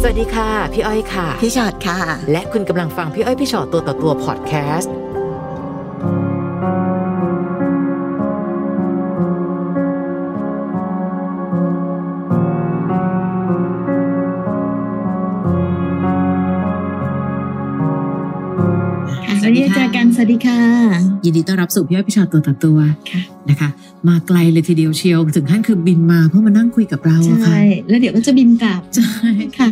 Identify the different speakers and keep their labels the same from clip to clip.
Speaker 1: สวัสดีค่ะ พี่อ้อยค่ะ
Speaker 2: พี่ชอดค่ะ
Speaker 1: และคุณกำลังฟังพี่อ้อยพี่ชอตตัวต่อตัวพอดแคสต์
Speaker 2: วันนี้เจอกันสวัสดีค่ะ
Speaker 1: ยินดีต้อนรับสู่พี่อ้อยพี่ชอตตัวต่อตัว
Speaker 2: ค่ะ
Speaker 1: นะคะ มาไกลเลยทีเดียวเชียว ถึงขั้นคือบินมาเพื่อมานั่งคุยกับเราอะค่ะ
Speaker 2: ใช่ แล้วเดี๋ยวก็จะบินกลับ
Speaker 1: ใช่
Speaker 2: ค่ะ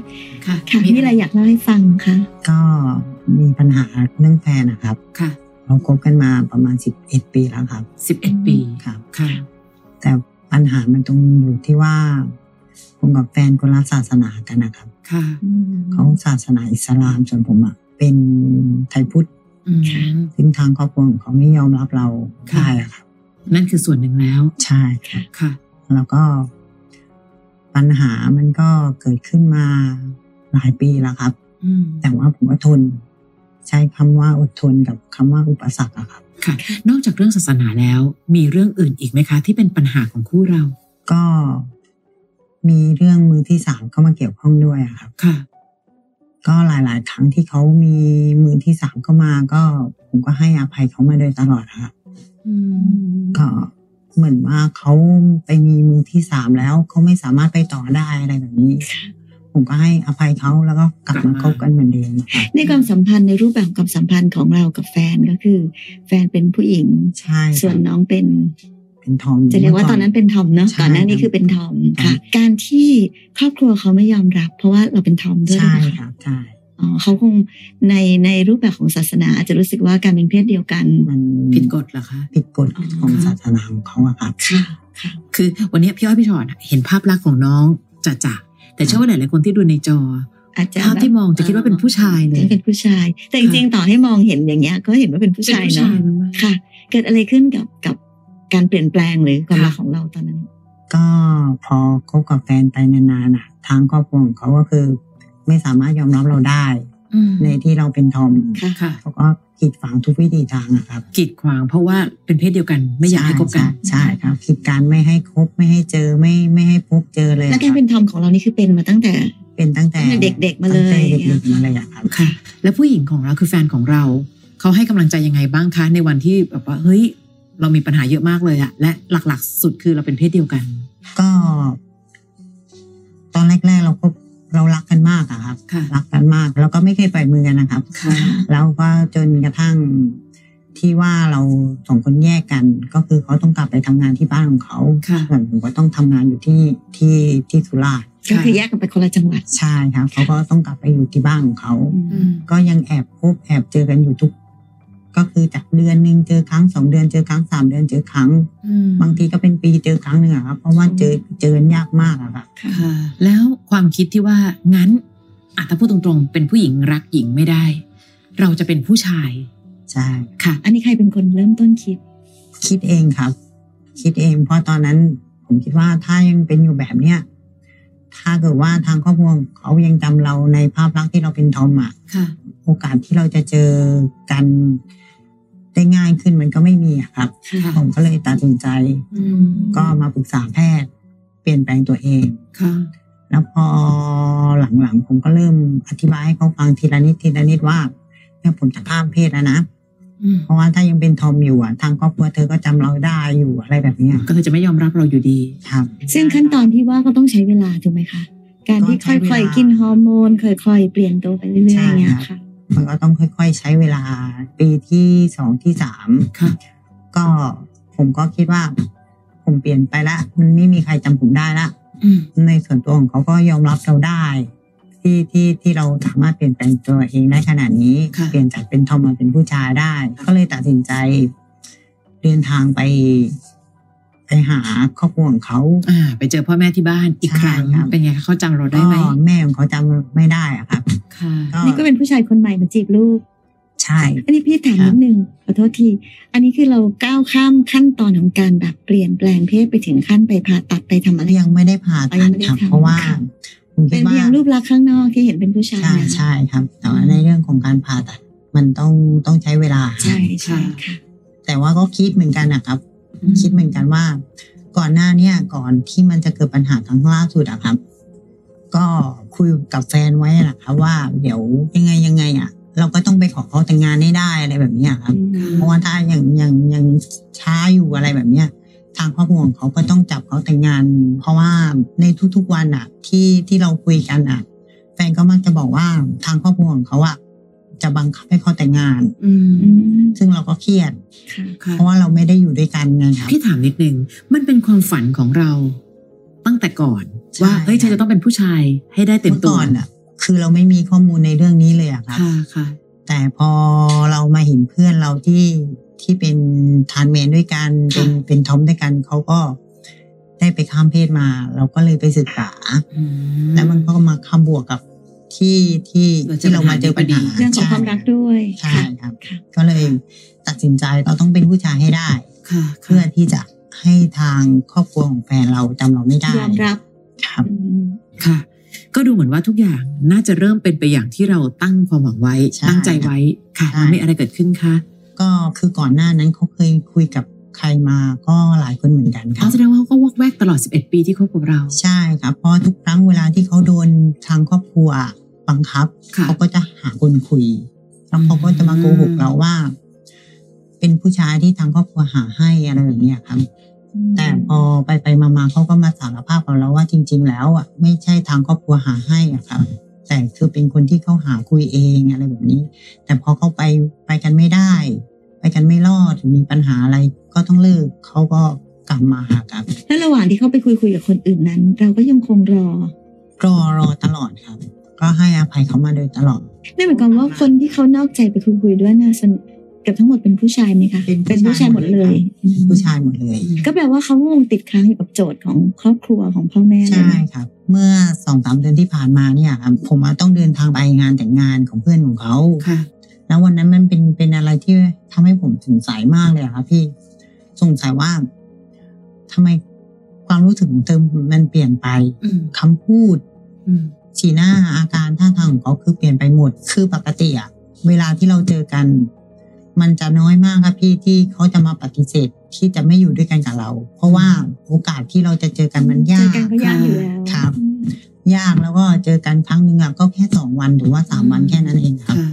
Speaker 1: ค่ะ
Speaker 2: ค่ะมีอะไรอยากเล่าให้ฟังคะ
Speaker 3: ก็มีปัญหาเรื่องแฟนนะครับ
Speaker 1: ค่ะ
Speaker 3: เราคบกันมาประมาณ 11 ปีแล้วครับ
Speaker 1: สิบเอ็ดปี
Speaker 3: ครับ
Speaker 1: ค่ะ
Speaker 3: แต่ปัญหามันตรงอยู่ที่ว่าผมกับแฟนคนละศาสนากันนะครับ
Speaker 1: ค่ะ
Speaker 3: เขาศาสนาอิสลามส่วนผมอะเป็นไทยพุทธ
Speaker 1: อืม
Speaker 3: ซึ่งทางครอบครัวของเขาไม่ยอมรับเรา
Speaker 1: ค่ะ
Speaker 3: ได้อะครับ
Speaker 1: นั่นคือส่วนหนึ่งแล้ว
Speaker 3: ใช่ค่ะ
Speaker 1: ค่ะ
Speaker 3: แล้วก็ปัญหามันก็เกิดขึ้นมาหลายปีแล้วครับ
Speaker 1: อืม
Speaker 3: แต่ว่าผมก็ทน ใช้คำว่าอดทนกับคำว่าอุปสรรคอะครับ
Speaker 1: ค่ะ นอกจากเรื่องศาสนาแล้ว มีเรื่องอื่นอีกไหมคะ ที่เป็นปัญหาของคู่เรา
Speaker 3: ก็มีเรื่องมือที่สามเข้ามาเกี่ยวข้องด้วยอะครับ
Speaker 1: ค่ะ
Speaker 3: ก็หลาย ๆ ครั้งที่เขามีมือที่สามเข้ามา ก็ผมก็ให้อภัยเขามาโดยตลอดอะครับ
Speaker 1: อืม
Speaker 3: ก็เหมือนว่าเขาไปมีมือที่สามแล้วเขาไม่สามารถไปต่อได้อะไรแบบนี้ ผมก็ให้อภัยเขาแล้วก็กลับมาคบกันเหมือนเดิมอะครับ
Speaker 2: ในความสัมพันธ์ในรูปแบบความสัมพันธ์ของเรากับแฟนก็คือ แฟนเป็นผู้หญิง
Speaker 3: ใช่ครับ
Speaker 2: ส่วนน้องเป็น
Speaker 3: เป็นทอม
Speaker 2: จะเรียกว่าตอนนั้นเป็นทอมเนาะ
Speaker 3: ใช่
Speaker 2: ก่อนหน้านี้คือเป็นทอมค่ะ
Speaker 3: ค่ะ
Speaker 2: การที่ครอบครัวเขาไม่ยอมรับ เพราะว่าเราเป็นทอมด้วย
Speaker 3: ใช่
Speaker 2: หรือเปล่า
Speaker 3: ครับใช่
Speaker 2: อ๋อเขาคงในในรูปแบบของศาสนา อาจจะรู้สึกว่าการเป็นเพศเดียวกัน
Speaker 3: มัน
Speaker 1: ผิดกฎเหรอคะ
Speaker 3: ผิดกฎของ
Speaker 2: อ๋อ
Speaker 3: ศาสนาของเขาอะครับ
Speaker 2: ค่ะค่ะ
Speaker 1: คือวันนี้พี่อ้อยพี่ชอตอะเห็นภาพลักษณ์ของน้องจ่าจ่าแต่เชื่อว่าหลายๆคนที่ดูในจอ
Speaker 2: อาจจะ
Speaker 1: ภาพที่มองจะคิดว่าเป็นผู้ชายเลย
Speaker 2: จะเป็นผู้ชาย แต่จริงๆต่อให้มองเห็นอย่างเงี้ยก็เห็นว่าเป็นผู้ชายเนาะ
Speaker 1: เป็นผู้ชายมาก
Speaker 2: ค่ะ เกิดอะไรขึ้นกับกับการเปลี่ยนแปลงหรือความรักของเราตอนนั้น
Speaker 3: ก็พอคบกับแฟนไปนานๆน่ะ ทางครอบครัวของเขาก็คือ ไม่สามารถยอมรับเราได้
Speaker 1: อืม
Speaker 3: ในที่เราเป็นทอม
Speaker 2: ค่ะ
Speaker 1: ค่ะ
Speaker 3: เขาก็กีดฝังทุกวิธีทางอะครับ
Speaker 1: กีดขวางเพราะว่าเป็นเพศเดียวกันไม่อยากให้คบกัน
Speaker 3: ใช่ใช่ครับกีดการไม่ให้คบไม่ให้เจอไม่ไม่ให้พบเจอเลย
Speaker 2: และ
Speaker 3: อะ
Speaker 2: การ
Speaker 3: ครับ
Speaker 2: เป็นทอมของเรานี่คือเป็นมาตั้งแต่
Speaker 3: เป็นตั้งแต่
Speaker 2: เป็นเด็กๆมาเลย
Speaker 3: ตั้งแต่เด็กๆมาเลยอะครับ
Speaker 1: ค่ะ แล้วผู้หญิงของเราคือแฟนของเรา เขาให้กำลังใจยังไงบ้างคะ ในวันที่แบบว่าเฮ้ย เรามีปัญหาเยอะมากเลยอะและหลักๆ สุดคือเราเป็นเพศเดียวกัน
Speaker 3: ก็ ตอนแรกๆเราก็เรารักกันมากอะครับ
Speaker 1: ค่ะ
Speaker 3: รักกันมากแล้วก็ไม่เคยปล่อยมือกันนะครับ
Speaker 1: ค่ะ
Speaker 3: แล้วก็จนกระทั่งที่ว่าเราสองคนแยกกัน ก็คือเขาต้องกลับไปทำงานที่บ้านของเขา
Speaker 1: ค่ะ
Speaker 3: ส่วนผมก็ต้องทำงานอยู่ที่ที่ที่สุราษฎร์
Speaker 2: ก็คือแยกกันไปคนละจังหวัด
Speaker 3: ใช่ครับเขาก็ต้องกลับไปอยู่ที่บ้านของเขา
Speaker 1: อืม
Speaker 3: ก็ยังแอบพบแอบเจอกันอยู่ทุก ก็คือจากเดือนหนึ่งเจอครั้งสองเดือนเจอครั้งสามเดือนเจอครั้ง
Speaker 1: อืม
Speaker 3: บางทีก็เป็นปีเจอครั้งหนึ่งอะครับเพราะว่าเจอเจอกันยากมากอะค่ะ
Speaker 2: ค่ะ
Speaker 1: ค่ะ แล้วความคิดที่ว่างั้นอาจจะถ้าพูดตรงๆ เป็นผู้หญิงรักหญิงไม่ได้ เราจะเป็นผู้ชาย
Speaker 3: ใช่
Speaker 1: ค่ะ
Speaker 2: อันนี้ใครเป็นคนเริ่มต้นคิด
Speaker 3: คิดเองครับ คิดเอง เพราะตอนนั้นผมคิดว่าถ้ายังเป็นอยู่แบบเนี้ยถ้าเกิดว่าทางครอบครัวเขายังจำเราในภาพลักษณ์ที่เราเป็นทอมอะ
Speaker 1: ค่ะ
Speaker 3: โอกาสที่เราจะเจอกันได้ง่ายขึ้นมันก็ไม่มีอะครับ
Speaker 1: ค่ะ
Speaker 3: ผมก็เลยตัดสินใจ
Speaker 1: อืม
Speaker 3: ก็มาปรึกษาแพทย์ เปลี่ยนแปลงตัวเอง
Speaker 1: ค่ะ
Speaker 3: แล้วพอหลังๆผมก็เริ่มอธิบายให้เขาฟังทีละนิดทีละนิดว่าเนี่ยผมจะข้ามเพศแล้วนะ
Speaker 1: อืม
Speaker 3: เพราะว่าถ้ายังเป็นทอมอยู่อ่ะทางครอบครัวเธอก็จำเราได้อยู่อะไรแบบเนี้ย
Speaker 1: ก็คือจะไม่ยอมรับเราอยู่ดี
Speaker 3: ครับ
Speaker 2: ซึ่งขั้นตอนที่ว่าก็ต้องใช้เวลาถูกไหมคะ การที่
Speaker 3: ก็ใช้
Speaker 2: ค่
Speaker 3: เวลา
Speaker 2: อยๆกินฮอร์โมนค่อยๆเปลี่ยนตัวไปเรื่อยๆ
Speaker 3: ใช่
Speaker 2: อย่างเงี้ย
Speaker 3: ครับ
Speaker 2: ค่ะ
Speaker 3: มันก็ต้องค่อย ๆ ใช้เวลาปีที่สองที่สาม
Speaker 1: ค่ะ
Speaker 3: ก็ผมก็คิดว่า ผมเปลี่ยนไปละมันไม่มีใครจำผมได้ละ
Speaker 1: อืม
Speaker 3: ในส่วนตัวของเขาก็ยอมรับเราได้ ที่ที่ที่เราสามารถเปลี่ยนแปลงตัวเองได้ขนาดนี้
Speaker 1: ค่ะ
Speaker 3: เปลี่ยนจากเป็นทอมมาเป็นผู้ชายได้ ก็เลยตัดสินใจเดินทางไป ไปหาครอบครัวของเขา
Speaker 1: อ่า ไปเจอพ่อแม่ที่บ้านอีกครั้ง
Speaker 3: ใช่ครับ
Speaker 1: เป็นไงคะเขาจำเราได้ไหม
Speaker 3: ก็แม่ของเขาจำไม่ได้อะครับ
Speaker 1: ค่ะ
Speaker 2: นี่ก็เป็นผู้ชายคนใหม่มาจีบลูก
Speaker 3: ใช่
Speaker 2: อันนี้พี่ถาม
Speaker 3: ครั
Speaker 2: นิ
Speaker 3: บ
Speaker 2: ดนึงขอโทษที อันนี้คือเราก้าวข้ามขั้นตอนของการแบบเปลี่ยนแปลงเพศไปถึงขั้นไปผ่าตัดไปทำอะไร
Speaker 3: ยังไม่ได้ผ่า
Speaker 2: อ๋อยั
Speaker 3: ตั
Speaker 2: ง
Speaker 3: ด
Speaker 2: ไม่ได้
Speaker 3: ครับ
Speaker 2: ทำ
Speaker 3: เพราะว่า
Speaker 2: ค่ะ
Speaker 3: ผมคิ
Speaker 2: เป็
Speaker 3: ด
Speaker 2: น
Speaker 3: ว่า
Speaker 2: เพียงรูปลักษณ์ข้างนอกที่เห็นเป็นผู้ชาย
Speaker 3: ใช่
Speaker 2: นะคะ
Speaker 3: ใช่ครับ แต่ว่าในเรื่องของการผ่าตัดมันต้องต้องใช้เวลา
Speaker 2: ใช่ใช่ค่ะ
Speaker 3: แต่ว่าก็คิดเหมือนกันนะครับ
Speaker 1: อืม
Speaker 3: คิดเหมือนกันว่า ก่อนหน้าเนี่ยก่อนที่มันจะเกิดปัญหาครั้งล่าสุดอะครับ ก็ คุยกับแฟนไว้นะคะว่าเดี๋ยวยังไงยังไงอ่ะ เราก็ต้องไปขอเขาแต่งงานให้ได้อะไรแบบเนี้ยครับ เพราะว่าถ้ายังยังยังช้าอยู่อะไรแบบเนี้ย ทางครอบครัวของเขาก็ต้องจับเขาแต่งงาน เพราะว่าในทุกๆวันอ่ะ ที่ที่เราคุยกันอ่ะ แฟนก็มักจะบอกว่าทางครอบครัวของเขาอ่ะจะบังคับให้เขาแต่งงาน
Speaker 1: อืม
Speaker 2: อืม
Speaker 3: ซึ่งเราก็เครียด
Speaker 2: ค่ะ
Speaker 1: ค่ะ
Speaker 3: เพราะว่าเราไม่ได้อยู่ด้วยกันไงครับ
Speaker 1: พี่ถามนิดนึงมันเป็นความฝันของเรา ตั้งแต่ก่อน
Speaker 3: ใช่
Speaker 1: ว่าเอ้ย
Speaker 3: ค่ะ
Speaker 1: เธอจะต้องเป็นผู้ชายให้ได้เต็ม
Speaker 3: เมื่อ
Speaker 1: ตัว
Speaker 3: ก่อนอ่ะ คือเราไม่มีข้อมูลในเรื่องนี้เลยอะครับ
Speaker 1: ค่ะค่ะ
Speaker 3: แต่พอเรามาเห็นเพื่อนเราที่ที่เป็นทานเมนด้วยกัน
Speaker 1: ค่ะ
Speaker 3: เป็นเป็นทอมด้วยกันเขาก็ได้ไปข้ามเพศมา เราก็เลยไปศึกษา
Speaker 1: อื
Speaker 3: แล้วมันก็มาคำบวกกับที่ที่
Speaker 1: เราเจอ
Speaker 3: ที่เรามาเจอปัญหา
Speaker 1: ปัญหา
Speaker 2: เรื่องของความรักด้วย
Speaker 3: ใช่
Speaker 2: ค่ะ
Speaker 3: ครับ
Speaker 2: ค่ะ
Speaker 3: ก็เลยตัดสินใจเราต้องเป็นผู้ชายให้ได้
Speaker 1: ค่ะ
Speaker 3: เพื่
Speaker 1: ค่ะ
Speaker 3: อที่จะให้ทางครอบครัวของแฟนเราจำเราไม่ได้
Speaker 2: ยอมรับ
Speaker 3: ครับ
Speaker 2: อืม
Speaker 1: ค่ะ ก็ดูเหมือนว่าทุกอย่างน่าจะเริ่มเป็นไปอย่างที่เราตั้งความหวังไว้
Speaker 3: ใช่
Speaker 1: ตั้งใจไว้ค่ะ
Speaker 3: ใช่
Speaker 1: มันไม่อะไรเกิดขึ้นคะ
Speaker 3: ก็คือก่อนหน้านั้นเขาเคยคุยกับใครมาก็หลายคนเหมือนกันค
Speaker 1: อ๋
Speaker 3: รั
Speaker 1: อบ แสดงว่าเขาก็วอกแวกตลอด 11 ปีที่คบกับเรา
Speaker 3: ใช่ครับเพราะทุกครั้งเวลาที่เขาโดนทางครอบครัวบังคับ
Speaker 1: ค่ะ
Speaker 3: เขาก็จะหาคนคุย แล้วเขาก็จะมาโกหกเราว่า เป็นผู้ชายที่ทางครอบครัวหาให้อะไรแบบเนี้ยครับ แต่พอไปไปมามาเขาก็มาสารภาพกับเราว่าจริง ๆ แล้วอ่ะไม่ใช่ทางครอบครัวหาให้อ่ะครับ แต่คือเป็นคนที่เขาหาคุยเองอะไรแบบนี้ แต่พอเขาไปไปกันไม่ได้ ไปกันไม่รอดมีปัญหาอะไรก็ต้องเลิกเขาก็กลับมาหากัน
Speaker 2: แล้วระหว่างที่เขาไปคุยคุยกับคนอื่นนั้น เราก็ยังคงรอ
Speaker 3: รอรอตลอดครับ ก็ให้อภัยเขามาโดยตลอด
Speaker 2: นั่นหมายความว่าคนที่เขานอกใจไปคุยคุยด้วยนะส่วนเกือบทั้งหมดเป็นผู้ชายไหมคะ
Speaker 3: เป็นผู้
Speaker 2: ผู้ชา
Speaker 3: ชาย ย
Speaker 2: ห
Speaker 3: ห
Speaker 2: ม
Speaker 3: ม
Speaker 2: ด
Speaker 3: ด
Speaker 2: เล
Speaker 3: เลยย
Speaker 2: อืม
Speaker 3: ผู้ชายหมดเลย
Speaker 2: ก็แปลว่าเขาคงติดค้างอยู่กับโจทย์ของครอบครัวของพ่อแม่
Speaker 3: ใช่ครับ เมื่อสองสามเดือนที่ผ่านมาเนี่ยครับผมอะต้องเดินทางไปงานแต่งงานของเพื่อนของเขา
Speaker 1: ค่ะ
Speaker 3: แล้ววันนั้นมันเป็นเป็นอะไรที่ทำให้ผมสงสัยมากเลยอะครับพี่สงสัยว่าทำไมความรู้สึกของเธอมันเปลี่ยนไป
Speaker 1: อืม
Speaker 3: คำพูด
Speaker 1: อืม
Speaker 3: สีหน้าอาการท่าทางของเขาคือเปลี่ยนไปหมด คือปกติอะเวลาที่เราเจอกัน มันจะน้อยมากครับพี่ที่เขาจะมาปฏิเสธที่จะไม่อยู่ด้วยกันกับเรา เพราะว่าโอกาสที่เราจะเจอกันมันยา
Speaker 2: เจอก กันก็ยากอยู่แล้ว
Speaker 3: ครับ ยากแล้วก็เจอกันครั้งหนึ่งอะก็แค่สองวันหรือว่าสามวันแค่นั้นเองครับ
Speaker 1: ค่ะ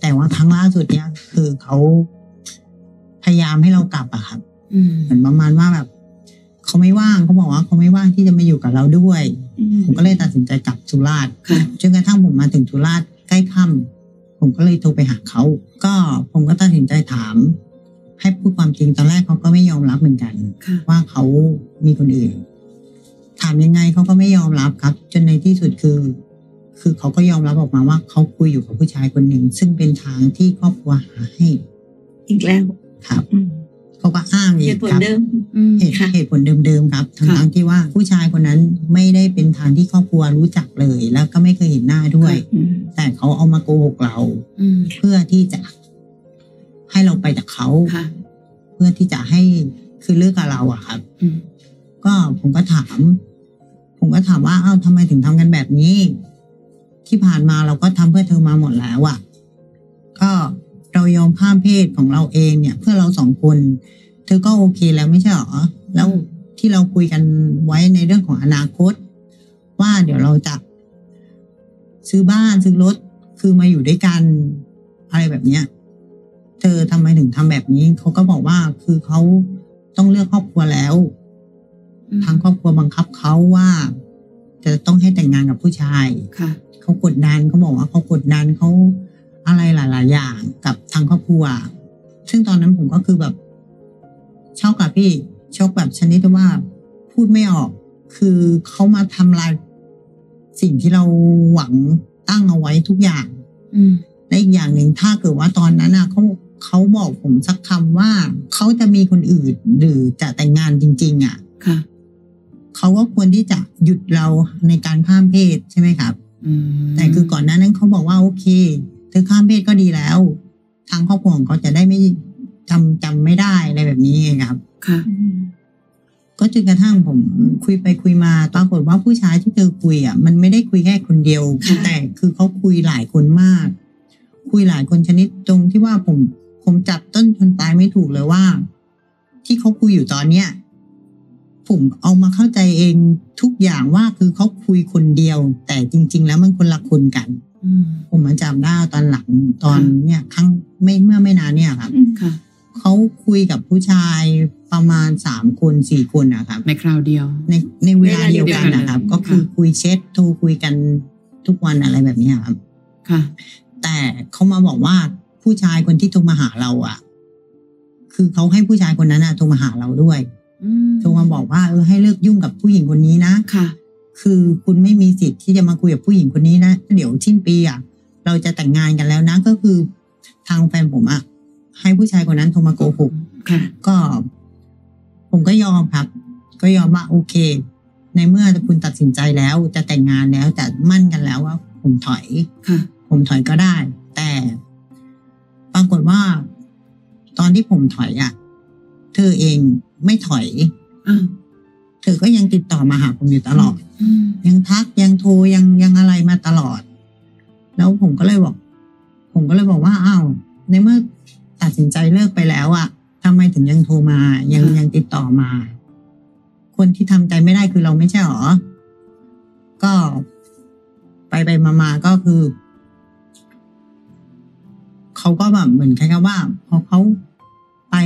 Speaker 3: แต่ว่าครั้งล่าสุดเนี่ยคือเขาพยายามให้เรากลับอะครับ
Speaker 1: อืม
Speaker 3: เหมือนประมาณว่าแบบเขาไม่ว่างเขาบอกว่าเขาไม่ว่างที่จะมาอยู่กับเราด้วย
Speaker 2: อืม
Speaker 3: ผมก็เลยตัดสินใจกลับสุราษฎร์
Speaker 1: ค่ะ
Speaker 3: จนกระทั่งผมมาถึงสุราษฎร์ใกล้ค่ำผมก็เลยโทรไปหาเขาก็ผมก็ตัดสินใจถาม ให้พูดความจริงตอนแรกเขาก็ไม่ยอมรับเหมือนกัน
Speaker 1: ค่ะ
Speaker 3: ว่าเขามีคนอื่น ถามยังไงเขาก็ไม่ยอมรับครับ จนในที่สุดคือ คือเขาก็ยอมรับออกมาว่าเขาคุยอยู่กับผู้ชายคนหนึ่ง ซึ่งเป็นทางที่ครอบครัวหาให้
Speaker 2: อีกแล้ว
Speaker 3: ครับ
Speaker 2: อืม
Speaker 3: เขาก็อ้างอี
Speaker 2: เห
Speaker 3: ก
Speaker 2: ตุผล
Speaker 3: ครับ
Speaker 2: เดิม
Speaker 1: อืม
Speaker 3: เหตุ
Speaker 2: ค่ะ
Speaker 3: เหตุผลเดิมๆครับทั้ง
Speaker 1: ค่ะ
Speaker 3: ทั้งที่ว่าผู้ชายคนนั้นไม่ได้เป็นทางที่ครอบครัวรู้จักเลย แล้วก็ไม่เคยเห็นหน้าด้วย
Speaker 2: อืม
Speaker 3: แต่เขาเอามาโกหกเรา
Speaker 1: อืม
Speaker 3: เพื่อที่จะให้เราไปจากเขา
Speaker 1: ค่ะ
Speaker 3: เพื่อที่จะให้คือเลิกกับเราอะครับ
Speaker 1: อืม
Speaker 3: ก็ผมก็ถาม ผมก็ถามว่าเอ้าทำไมถึงทำกันแบบนี้ ที่ผ่านมาเราก็ทำเพื่อเธอมาหมดแล้วอะก็เรายอมข้ามเพศของเราเองเนี่ย เพื่อเราสองคน เธอก็โอเคแล้วไม่ใช่หรอแล้วที่เราคุยกันไว้ในเรื่องของอนาคต ว่าเดี๋ยวเราจะ ซื้อบ้านซื้อรถคือมาอยู่ด้วยกันอะไรแบบเนี้ย เธอทำไมถึงทำแบบนี้เขาก็บอกว่าคือเขาต้องเลือกครอบครัวแล้ว ทางครอบครัวบังคับเขาว่า จะต้องให้แต่งงานกับผู้ชาย
Speaker 1: ค่ะ
Speaker 3: เขากดดันเขาบอกว่าเขากดดันเขาอะไรหลาย ๆ อย่างกับทางครอบครัว ซึ่งตอนนั้นผมก็คือแบบช็อกอะพี่ช็อกแบบชนิดที่ว่า พูดไม่ออก คือเขามาทำลายสิ่งที่เราหวังตั้งเอาไว้ทุกอย่าง
Speaker 1: อืม
Speaker 3: และอีกอย่างหนึ่งถ้าเกิดว่าตอนนั้นอ่ะเขาเขาบอกผมสักคำว่าเขาจะมีคนอื่น หรือจะแต่งงานจริง ๆ อ่ะ
Speaker 1: ค่ะ
Speaker 3: เขาก็ควรที่จะหยุดเราในการข้ามเพศใช่ไหมครับ
Speaker 1: อืม
Speaker 3: แต่คือก่อนหน้านั้นเขาบอกว่าโอเคเธอข้ามเพศก็ดีแล้ว ทางครอบครัวของเขาจะได้ไม่จำจำไม่ได้อะไรแบบนี้ไงครับ
Speaker 1: ค่ะ
Speaker 2: อืม
Speaker 3: ก็จนกระทั่งผมคุยไปคุยมาปรากฏว่าผู้ชายที่เธอคุยอ่ะมันไม่ได้คุยแค่คนเดียว
Speaker 1: ค่ะ
Speaker 3: แต่คือเขาคุยหลายคนมาก คุยหลายคนชนิดตรงที่ว่าผมผมจับต้นชนปลายไม่ถูกเลยว่า ที่เขาคุยอยู่ตอนเนี้ย ผ กลุ่มเอามาเข้าใจเองทุกอย่างว่าคือเขาคุยคนเดียว แต่จริง ๆ แล้วมันคนละคนกัน
Speaker 1: อืม
Speaker 3: ผมมาจำได้ตอนหลังตอน
Speaker 1: ค่ะ
Speaker 3: เนี่ยครั้งไม่เมื่อไม่นานเนี่ยครับ
Speaker 2: อืม
Speaker 1: ค่ะ
Speaker 3: เขาคุยกับผู้ชายประมาณสามคนสี่คนนะครับ
Speaker 1: ในคราวเดียว
Speaker 3: ในในเวลาเดียวกั
Speaker 1: เว
Speaker 3: น
Speaker 1: ลาเดียวกัน
Speaker 3: นะครับ ก็คือ
Speaker 1: ค่ะ
Speaker 3: คุยเช็ดโทรคุยกันทุกวันอะไรแบบเนี้ยครับ
Speaker 1: ค่ะ
Speaker 3: แต่เขามาบอกว่าผู้ชายคนที่โทรมาหาเราอ่ะ คือเขาให้ผู้ชายคนนั้นอะโทรมาหาเราด้วย
Speaker 1: อืม
Speaker 3: โทรมาบอกว่าเออให้เลิกยุ่งกับผู้หญิงคนนี้นะ
Speaker 1: ค่ะ
Speaker 3: คือคุณไม่มีสิทธิ์ที่จะมาคุยกับผู้หญิงคนนี้นะ เดี๋ยวสิ้นปีอ่ะเราจะแต่งงานกันแล้วนะ ก็คือทางแฟนผมอ่ะให้ผู้ชายคนนั้นโทรมาโกหก
Speaker 1: ค่ะ
Speaker 3: ก็ ผมก็ยอมครับ ก็ยอมว่าโอเค ในเมื่อคุณตัดสินใจแล้วจะแต่งงานแล้วแต่มั่นกันแล้วว่า ผมถอย
Speaker 1: ค่ะ
Speaker 3: ผมถอยก็ได้ แต่ปรากฏว่า ตอนที่ผมถอยอ่ะ เธอเองไม่ถอย
Speaker 1: อ้าว
Speaker 3: เธอก็ยังติดต่อมาหาผมอยู่ตลอด
Speaker 1: อืม
Speaker 3: ยังทักยังโทรยังยังอะไรมาตลอด แล้วผมก็เลยบอก ผมก็เลยบอกว่าอ้าวในเมื่อตัดสินใจเลิกไปแล้วอะทำไมถึงยังโทรมา ยังยังติดต่อมา คนที่ทำใจไม่ได้คือเราไม่ใช่หรอ ก็ไปไปมามาก็คือเขาก็แบบเหมือนคล้ายๆว่าพอเขาไป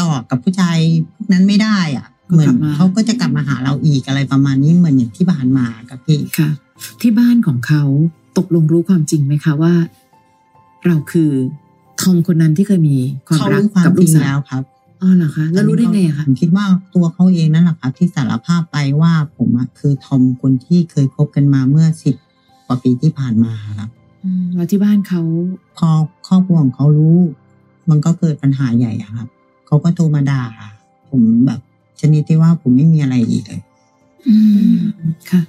Speaker 3: ต่อกับผู้ชายพวกนั้นไม่ได้อ่ะ เหมือนเขาก็จะกลับมาหาเราอีกอะไรประมาณนี้เหมือนอย่างที่ผ่านมากับพี่
Speaker 1: ค่ะ ที่บ้านของเขาตกลงรู้ความจริงไหมคะว่า เราคือทอมคนนั้นที่เคยมีความ
Speaker 3: เขา
Speaker 1: รัก
Speaker 3: รู้ความ
Speaker 1: กับ
Speaker 3: จ
Speaker 1: ลู
Speaker 3: ริ
Speaker 1: ก
Speaker 3: ง
Speaker 1: สา
Speaker 3: แล้ว วครับ
Speaker 1: อ๋อเหรอคะ แล้วรู้ได้ไงอะคะ
Speaker 3: ผมคิดว่าตัวเขาเองนั่นแหละครับ ที่สารภาพไปว่าผมอะคือทอมคนที่เคยคบกันมาเมื่อสิบกว่าปีที่ผ่านมาครับ
Speaker 1: อืมแล้วที่บ้านเขา
Speaker 3: พอครอบครัวของเขารู้ มันก็เกิดปัญหาใหญ่อะครับเขาก็โทรมาด่าผมแบบชนิดที่ว่าผมไม่มีอะไรอีกเลย
Speaker 2: อืม
Speaker 1: ค่ะ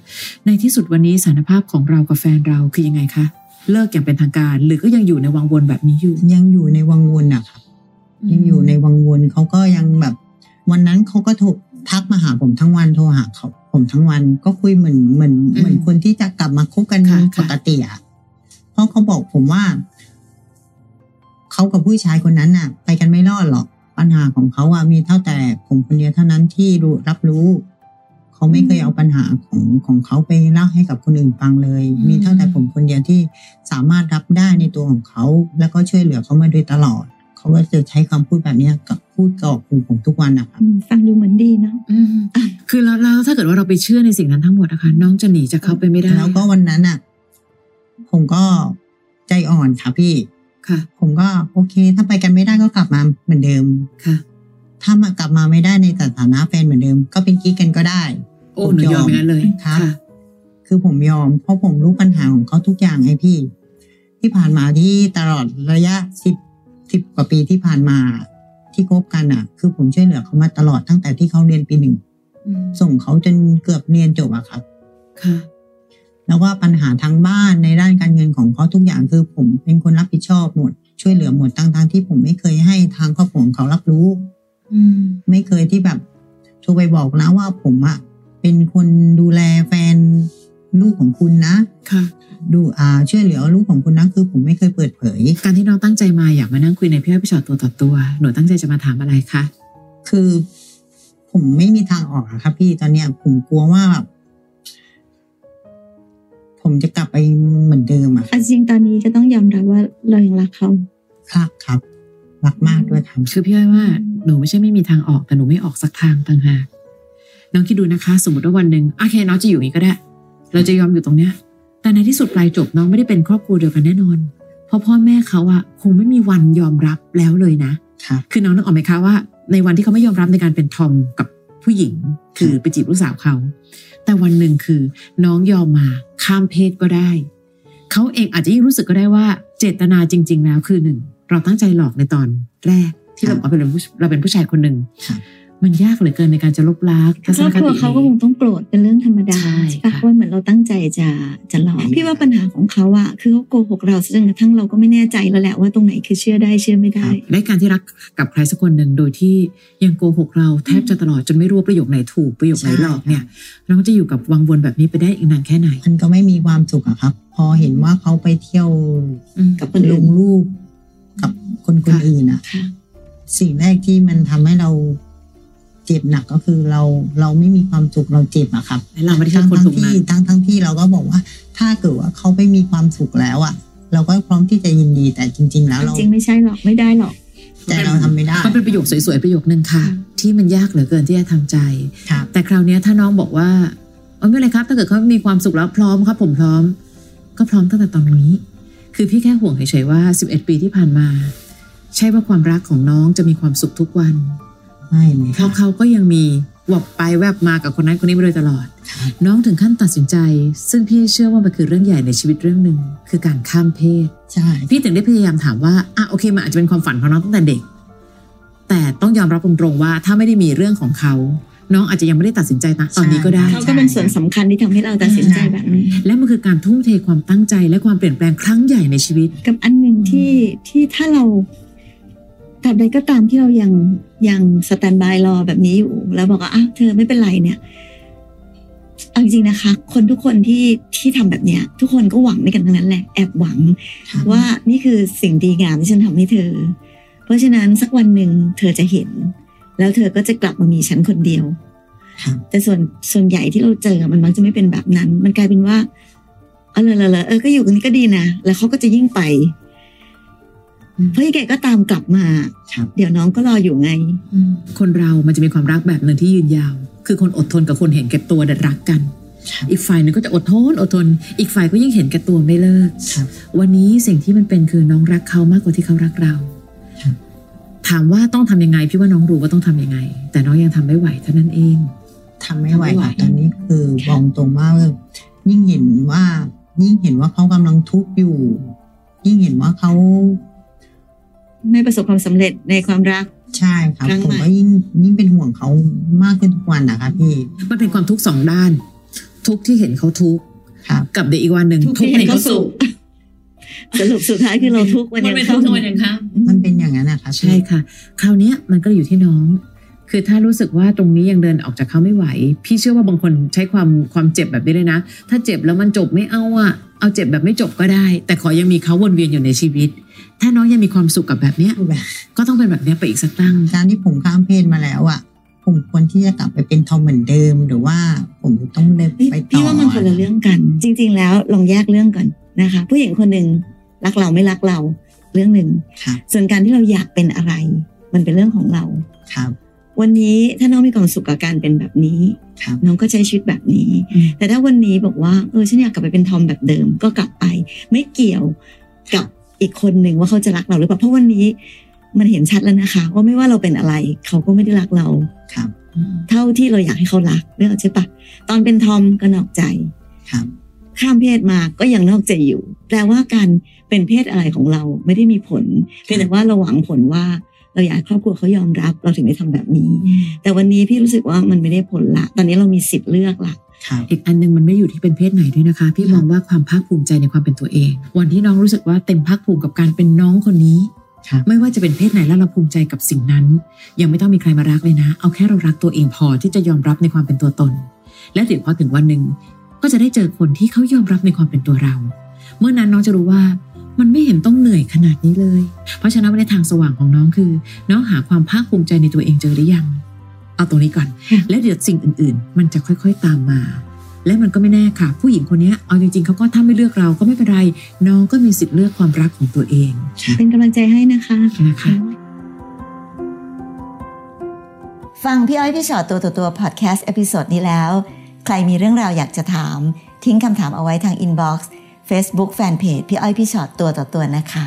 Speaker 1: ในที่สุดวันนี้สารภาพของเรากับแฟนเราคือยังไงคะ เลิกอย่างเป็นทางการ หรือก็ยังอยู่ในวังวนแบบนี้อยู่
Speaker 3: ยังอยู่ในวังวนอะครับ ยังอยู่ในวังวนเขาก็ยังแบบ วันนั้นเขาก็โทรทักมาหาผมทั้งวันโทรหาเขาผมทั้งวันก็คุยเหมือนเหมือนเหมือนคนที่จะกลับมาคบกัน
Speaker 1: ค่ะ
Speaker 3: ป
Speaker 1: ค่ะ
Speaker 3: กติอ่ะเพราะเขาบอกผมว่าเขากับผู้ชายคนนั้นน่ะ ไปกันไม่รอดหรอก ปัญหาของเขาอ่ะมีเท่าแต่ผมคนเดียวเท่านั้นที่รู้รับรู้เขาไม่เคยเอาปัญหาของของเขาไปเล่าให้กับคนอื่นฟังเลย
Speaker 1: อืม
Speaker 3: มีเท่าแต่ผมคนเดียวที่สามารถรับได้ในตัวของเขา แล้วก็ช่วยเหลือเขามาโดยตลอด เขาก็จะใช้คำพูดแบบเนี้ยกับพูดกับกลุ่มผมทุกวันนะครับ
Speaker 2: อืมฟังดูเหมือนดีเนาะ
Speaker 1: อืมคือแล้วแล้วถ้าเกิดว่าเราไปเชื่อในสิ่งนั้นทั้งหมดนะคะ น้องจะหนีจากเขาไปไม่ได้
Speaker 3: แล้วก็วันนั้นอ่ะ ผมก็ใจอ่อนค่ะพี่
Speaker 1: ค่ะ
Speaker 3: ผมก็โอเค ถ้าไปกันไม่ได้ก็กลับมาเหมือนเดิม
Speaker 1: ค่ะ
Speaker 3: ถ้ามากลับมาไม่ได้ในสถานะแฟนเหมือนเดิม ก็เป็นกิ๊กกันก็ได้
Speaker 1: โอ้หนูยอมอย่างนั้นเลย
Speaker 3: ครับ คือผมยอม เพราะผมรู้ปัญหาของเขาทุกอย่างไงพี่ ที่ผ่านมาที่ตลอดระยะสิบสิบกว่าปีที่ผ่านมา ที่คบกันอ่ะ คือผมช่วยเหลือเขามาตลอดตั้งแต่ที่เขาเรียนปีหนึ่ง
Speaker 1: อืม
Speaker 3: ส่งเขาจนเกือบเรียนจบอะครับ
Speaker 1: ค่ะ
Speaker 3: แล้วก็ปัญหาทางบ้านในด้านการเงินของเขาทุกอย่างคือผมเป็นคนรับผิดชอบหมด ช่วยเหลือหมดทั้งๆที่ผมไม่เคยให้ทางครอบครัวของเขารับรู้
Speaker 1: อืม
Speaker 3: ไม่เคยที่แบบโทรไปบอกนะว่าผมอะเป็นคนดูแลแฟนลูกของคุณนะ
Speaker 1: ค่ะ
Speaker 3: ดูอ่าช่วยเหลือลูกของคุณนะคือผมไม่เคยเปิดเผย
Speaker 1: การที่น้องตั้งใจมาอยากมานั่งคุยในพี่อ้อยพี่ชอตตัวต่อตัว หนูตั้งใจจะมาถามอะไรคะ
Speaker 3: คือ ผมไม่มีทางออกอะครับพี่ตอนเนี้ย ผมกลัวว่าแบบผมจะกลับไปเหมือนเดิมอะ
Speaker 2: อาจริงๆตอนนี้ก็ต้องยอมรับว่าเรายังรักเขา
Speaker 3: ครับครับรักมากด้วยครับ
Speaker 1: คือพี่อ้อยว่าหนูไม่ใช่ไม่มีทางออกแต่หนูไม่ออกสักทางต่างหากน้องคิดดูนะคะ สมมติว่าวันหนึ่งโอเคน้องจะอยู่อย่างนี้ก็ได้ เราจะยอมอยู่ตรงเนี้ย แต่ในที่สุดปลายจบน้องไม่ได้เป็นครอบครัวเดียวกันแน่นอน เพราะพ่อแม่เขาอะคงไม่มีวันยอมรับแล้วเลยนะ
Speaker 3: ครับ
Speaker 1: คือน้องนึกออกไหมคะว่า ในวันที่เขาไม่ยอมรับในการเป็นทอมกับผู้หญิง คือไปจีบลูกสาวเขา แต่วันหนึ่งคือน้องยอมมาข้ามเพศก็ได้ เขาเองอาจจะยิ่งรู้สึกก็ได้ว่าเจตนาจริง ๆ แล้วคือหนึ่งเราตั้งใจหลอกในตอนแรก ที่เรา
Speaker 3: ครับ
Speaker 1: เอาเป็นผู้เราเป็นผู้ชายคนหนึ่ง
Speaker 3: ครับ
Speaker 1: มันยากเหลือเกินในการจะลบล้าง
Speaker 2: คร
Speaker 1: ทั
Speaker 2: อบ
Speaker 1: ศนค
Speaker 2: ครัว
Speaker 1: ติ
Speaker 2: เขาก็คงต้องโกรธเป็นเรื่องธรรมดา
Speaker 1: ใช่
Speaker 2: ใช่ปะ
Speaker 1: ค่ะ
Speaker 2: ว่าเหมือนเราตั้งใจจะจะหลอกพี่ว่าปัญหาของเขาอะคือเขาโกหกเราซะจนกระทั่งเราก็ไม่แน่ใจแล้วแหละว่าตรงไหนคือเชื่อได้เชื่อไม่ได้
Speaker 1: ได้การที่รักกับใครสักคนหนึ่งโดยที่ยังโกหกเราแทบจะตลอดจนไม่รู้ว่าประโยคไหนถูกประโยคไหนหลอกเนี่ยน้องจะอยู่กับวังวนแบบนี้ไปได้อีกนานแค่ไหน
Speaker 3: มันก็ไม่มีความสุขอะครับ พอเห็นว่าเขาไปเที่ยว
Speaker 1: อืม
Speaker 2: กับคน
Speaker 3: ล
Speaker 2: อื่น
Speaker 3: งรูปกับคนคน
Speaker 1: ค่ะ
Speaker 3: อื่นอะ
Speaker 2: ค่ะ
Speaker 3: สิ่งแรกที่มันทำให้เรา เจ็บหนักก็คือเราเราไม่มีความสุขเราเจ็บอะครับ
Speaker 1: และเราไม่ได้เป็นคน
Speaker 3: ทั้ง
Speaker 1: ตรง
Speaker 3: ๆ
Speaker 1: นั้
Speaker 3: ที่
Speaker 1: น
Speaker 3: ทั้งทั้งๆที่เราก็บอกว่า ถ้าเกิดว่าเขาไม่มีความสุขแล้วอะเราก็พร้อมที่จะยินดีแต่จริง ๆ แล้วเรา
Speaker 2: จริงๆไม่ใช่หรอกไม่ได้หรอก
Speaker 3: ใจเราทำไม่ได้
Speaker 1: มันเป็นประโยคสวยๆประโยคนึงค่ะ
Speaker 2: ค่ะ
Speaker 1: ที่มันยากเหลือเกินที่จะทำใจ
Speaker 3: ครับ
Speaker 1: แต่คราวเนี้ยถ้าน้องบอกว่าเอ้ยไม่เป็นไรครับ ถ้าเกิดเขามีความสุขแล้วพร้อมครับ ผมพร้อม ก็พร้อมตั้งแต่ตอนนี้ คือพี่แค่ห่วงเฉยๆว่า 11 ปีที่ผ่านมา ใช่ว่าความรักของน้องจะมีความสุขทุกวัน
Speaker 3: ไม่เลย
Speaker 1: เพ
Speaker 3: ค่ะ
Speaker 1: ราะเขาก็ยังมีแวบไปแวบมากับคนนั้นคนนี้มาโดยตลอด
Speaker 3: ครับ
Speaker 1: น้องถึงขั้นตัดสินใจ ซึ่งพี่เชื่อว่ามันคือเรื่องใหญ่ในชีวิตเรื่องหนึ่งคือการข้ามเพศ
Speaker 3: ใช่
Speaker 1: พี่ถึงได้พยายามถามว่า อ่ะโอเคมันอาจจะเป็นความฝันของน้องตั้งแต่เด็ก แต่ต้องยอมรับตรงๆว่าถ้าไม่ได้มีเรื่องของเขา น้องอาจจะยังไม่ได้ตัดสินใจณตอนนี้ก็ได้
Speaker 2: เขาก็เป็นส่วนสำคัญที่ทำให้เราตัดสินใจแบบนี้
Speaker 1: และมันคือการทุ่มเทความตั้งใจและความเปลี่ยนแปลงครั้งใหญ่ในชีวิต
Speaker 2: กับอันหนึ่งที่ที่ถ้าเราตราบใดก็ตามที่เรายังยังสแตนบายรอแบบนี้อยู่ แล้วบอกว่าอ้าวเธอไม่เป็นไรเนี่ยเอาจริงๆนะคะ คนทุกคนที่ที่ทำแบบเนี้ย ทุกคนก็หวังด้วยกันทั้งนั้นแหละแอบหวัง
Speaker 3: ครับ
Speaker 2: ว่านี่คือสิ่งดีงามที่ฉันทำให้เธอ เพราะฉะนั้นสักวันหนึ่งเธอจะเห็น แล้วเธอก็จะกลับมามีฉันคนเดียว
Speaker 3: ครับ
Speaker 2: แต่ส่วนส่วนใหญ่ที่เราเจอมันมักจะไม่เป็นแบบนั้น มันกลายเป็นว่าเออเลยเลยเลยเออก็อยู่กันนี้ก็ดีนะ แล้วเขาก็จะยิ่งไป
Speaker 1: อืม
Speaker 2: เพราะยังไงก็ตามกลับมา
Speaker 3: ครับ
Speaker 2: เดี๋ยวน้องก็รออยู่ไง
Speaker 1: คนเรามันจะมีความรักแบบหนึ่งที่ยืนยาว คือคนอดทนกับคนเห็นแก่ตัวดัดรักกัน
Speaker 3: ครับ
Speaker 1: อีกฝ่ายหนึ่งก็จะอดทนอดทน อีกฝ่ายก็ยิ่งเห็นแก่ตัวไม่เลิก
Speaker 3: ครับ
Speaker 1: วันนี้สิ่งที่มันเป็นคือน้องรักเขามากกว่าที่เขารักเรา
Speaker 3: ครับ
Speaker 1: ถามว่าต้องทำยังไงพี่ว่าน้องรู้ว่าต้องทำยังไง แต่น้องยังทำไม่ไหวเท่านั้นเอง
Speaker 3: ทำไม่ไหว
Speaker 1: ทำไม่ไหว
Speaker 3: ค่ะตอนนี้คือบอกตรงมากเลยยิ่งเห็นว่า ยิ่งเห็นว่าเขากำลังทุกข์อยู่ ยิ่งเห็นว่าเขา
Speaker 2: ไม่ประสบความสำเร็จในความรัก
Speaker 3: ใช่ครับ
Speaker 2: ครั้ง
Speaker 3: ผม
Speaker 2: ใหม่
Speaker 3: ก็ยิ่งยิ่งเป็นห่วงเขามากขึ้นทุกวันนะคะพี่
Speaker 1: มันเป็นความทุกข์สองด้าน ทุกข์ที่เห็นเขาทุกข์
Speaker 3: ครับ
Speaker 1: กับเด็กอีกวันหนึ่ง
Speaker 2: ที่
Speaker 1: เห็นเขา
Speaker 2: ขสรุปสุดท้ายคือเราทุกข์วันยังเข้า
Speaker 3: มันเป็นอย่างนั้นนะคะ
Speaker 1: ใช่ค่ะ คราวเนี้ยมันก็อยู่ที่น้อง คือถ้ารู้สึกว่าตรงนี้ยังเดินออกจากเขาไม่ไหว พี่เชื่อว่าบางคนใช้ความความเจ็บแบบนี้เลยนะ ถ้าเจ็บแล้วมันจบไม่เอาอะเอาเจ็บแบบไม่จบก็ได้ แต่ขอยังมีเขาวนเวียนอยู่ในชีวิต ถ้าน้องยังมีความสุขกับแบบเนี้ย
Speaker 3: คือแบบ
Speaker 1: ก็ต้องเป็นแบบเนี้ยไปอีกสักตั้ง
Speaker 3: การที่ผมข้ามเพศมาแล้วอ่ะผมควรที่จะกลับไปเป็นทอมเหมือนเดิม หรือว่าผมต้องเดินไปต่อ
Speaker 2: พี่ว่ามันคนละเรื่องกัน จริง ๆ แล้วลองแยกเรื่องก่อนนะคะ ผู้หญิงคนหนึ่งรักเราไม่รักเราเรื่องหนึ่ง
Speaker 3: ครับ
Speaker 2: ส่วนการที่เราอยากเป็นอะไร มันเป็นเรื่องของเรา
Speaker 3: ครับ
Speaker 2: วันนี้ถ้าน้องมีความสุขกับการเป็นแบบนี้
Speaker 3: ครับ
Speaker 2: น้องก็ใช้ชีวิตแบบนี้
Speaker 1: อืม
Speaker 2: แต่ถ้าวันนี้บอกว่าเออฉันอยากกลับไปเป็นทอมแบบเดิมก็กลับไป ไม่เกี่ยวกับอีกคนหนึ่งว่าเขาจะรักเราหรือเปล่าเพราะวันนี้มันเห็นชัดแล้วนะคะ ว่าไม่ว่าเราเป็นอะไร เขาก็ไม่ได้รักเรา
Speaker 3: ครับ
Speaker 2: เท่าที่เราอยากให้เขารักเรื่องใช่ปะตอนเป็นทอมก็นอกใจ
Speaker 3: ครับ
Speaker 2: ข้ามเพศมาก็ยังนอกใจอยู่ แปลว่าการเป็นเพศอะไรของเราไม่ได้มีผลเพียงแต่ว่าเราหวังผลว่าเราอยากให้ครอบครัวเขายอมรับ เราถึงได้ทำแบบนี้ แต่วันนี้พี่รู้สึกว่ามันไม่ได้ผลละ ตอนนี้เรามีสิทธิ์เลือกละ
Speaker 3: ครับ
Speaker 1: อีกอันหนึงมันไม่อยู่ที่เป็นเพศไหนด้วยนะคะ พี่
Speaker 3: ค่ะ
Speaker 1: มองว่าความภาคภูมิใจในความเป็นตัวเอง วันที่น้องรู้สึกว่าเต็มภาคภูมิกับการเป็นน้องคนนี้
Speaker 3: ครับ
Speaker 1: ไม่ว่าจะเป็นเพศไหนแล้วเราภูมิใจกับสิ่งนั้น ยังไม่ต้องมีใครมารักเลยนะ เอาแค่เรารักตัวเองพอที่จะยอมรับในความเป็นตัวตน และถึงพอถึงวันหนึ่งก็จะได้เจอคนที่เขายอมรับในความเป็นตัวเรา เมื่อนั้นน้องจะรู้ว่า มันไม่เห็นต้องเหนื่อยขนาดนี้เลย เพราะฉะนั้นวันนี้ทางสว่างของน้องคือ น้องหาความภาคภูมิใจในตัวเองเจอหรือยัง เอาตรงนี้ก่อน
Speaker 2: ค่ะ
Speaker 1: แล้วเดี๋ยวสิ่งอื่น ๆ มันจะค่อยๆตามมา และมันก็ไม่แน่ค่ะ ผู้หญิงคนเนี้ยเอาจริงๆเขาก็ถ้าไม่เลือกเราก็ไม่เป็นไรน้องก็มีสิทธิ์เลือกความรักของตัวเอง
Speaker 2: เป็นกำลังใจให้นะคะ
Speaker 1: นะคะ
Speaker 4: ฟังพี่อ้อยพี่ชอตตัวต่อตัวพอดแคสต์เอพิโซดนี้แล้ว ใครมีเรื่องราวอยากจะถาม ทิ้งคำถามเอาไว้ทางอินบ็อกซ์เฟซบุ๊กแฟนเพจพี่อ้อยพี่ชอตตัวต่อตัวนะคะ